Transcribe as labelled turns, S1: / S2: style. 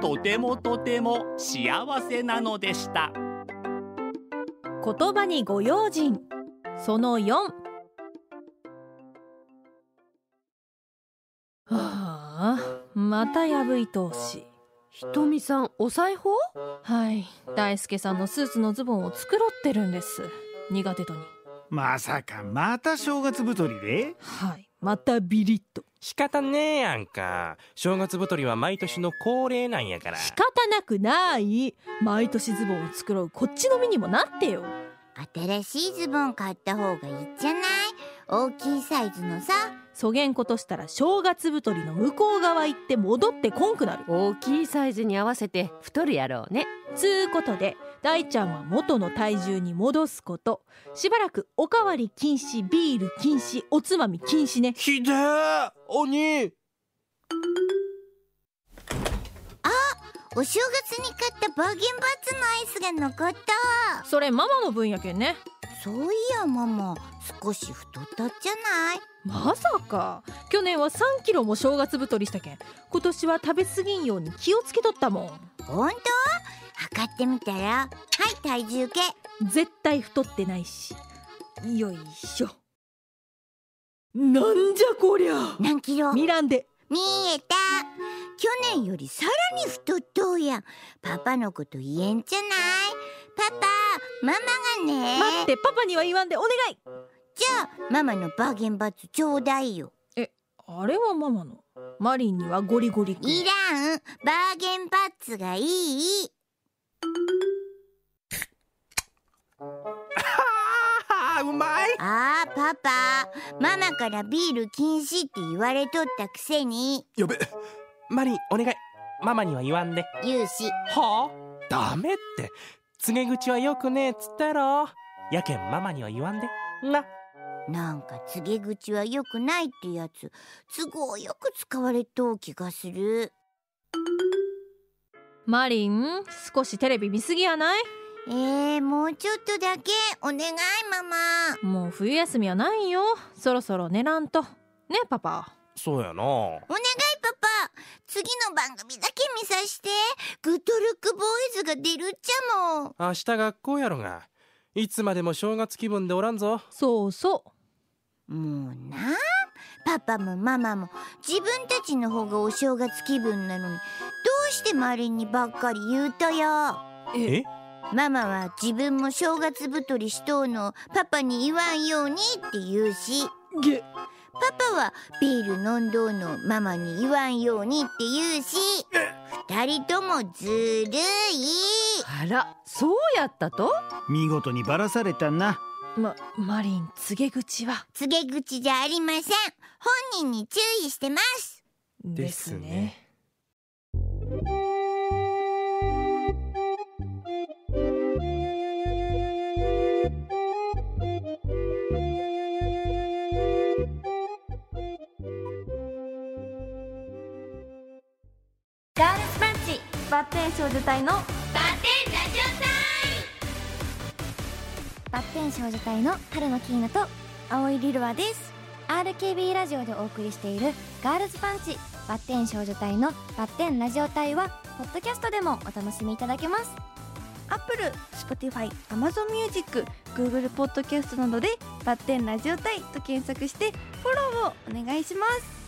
S1: とてもとても幸せなのでした
S2: 言葉にご用心その4はあまた破い通し
S3: ひとみさんお裁縫
S2: はい大輔さんのスーツのズボンを繕ってるんです苦手とに
S4: まさかまた正月太りで
S2: はいまたビリッと
S5: 仕方ねえやんか正月太りは毎年の恒例なんやから
S2: 仕方なくない毎年ズボンを繕うこっちの身にもなってよ
S6: 新しいズボン買った方がいいじゃない大きいサイズのさ
S2: そげんことしたら正月太りの向こう側行って戻ってこんくなる
S3: 大きいサイズに合わせて太るやろうね
S2: つうことで大ちゃんは元の体重に戻すことしばらくおかわり禁止ビール禁止おつまみ禁止ね
S5: ひでえ鬼
S6: お正月に買ったバーゲンバッツのアイスが残った
S2: それママの分やけんね
S6: そういやママ少し太ったじゃない
S2: まさか去年は3キロも正月太りしたけん今年は食べ過ぎんように気をつけとったも
S6: 本当測ってみたらはい体重計
S2: ん絶対太ってないしよいしょなんじゃこりゃ
S6: 何キロ見
S2: ミランで
S6: えた去年よりさらに太っとうやんパパのこと言えんじゃないパパママがね
S2: 待ってパパには言わんでお願い
S6: じゃあママのバーゲンバッツちょうだいよ
S2: あれはママのマリンにはゴリゴリ君
S6: いらんバーゲンバッツがいい
S5: あーうまい
S6: あーパパママからビール禁止って言われとったくせに
S5: やべマリンお願いママには言わんで
S6: 言うし
S5: はあダメって告げ口はよくねえっつったやろやけんママには言わんでな
S6: なんか告げ口は良くないってやつ都合よく使われとう気がする
S2: マリン少しテレビ見すぎやない
S6: えー、もうちょっとだけお願いママ
S2: もう冬休みはないんよそろそろ寝らんとねパパ
S5: そうやな
S6: お願いパパ次の番組だけ見さしてグッドルックボーイズが出るっちゃもん
S5: 明日学校やろがいつまでも正月気分でおらんぞ
S2: そうそ
S6: もうなパパもママも自分たちの方がお正月気分なのにどうしてマリンにばっかり言うとよ
S5: え
S6: ママは自分も正月太りしとうのをパパに言わんようにって言うし
S2: うげ
S6: パパはビール飲んどうのをママに言わんようにって言うし二人ともずるい
S3: あらそうやったと
S4: 見事にばらされたな
S2: まマリン告げ口は
S6: 告げ口じゃありません本人に注意してます
S5: ですね
S7: ガールズパンチバッテン少女隊の
S6: バッテンラジ
S7: バッテン少女隊の春野キーナと青井リルワです RKB ラジオでお送りしているガールズパンチバッテン少女隊のバッテンラジオ隊はポッドキャストでもお楽しみいただけますアップル、Spotify、Amazon Music、Google ポッドキャストなどでバッテンラジオ隊と検索してフォローをお願いします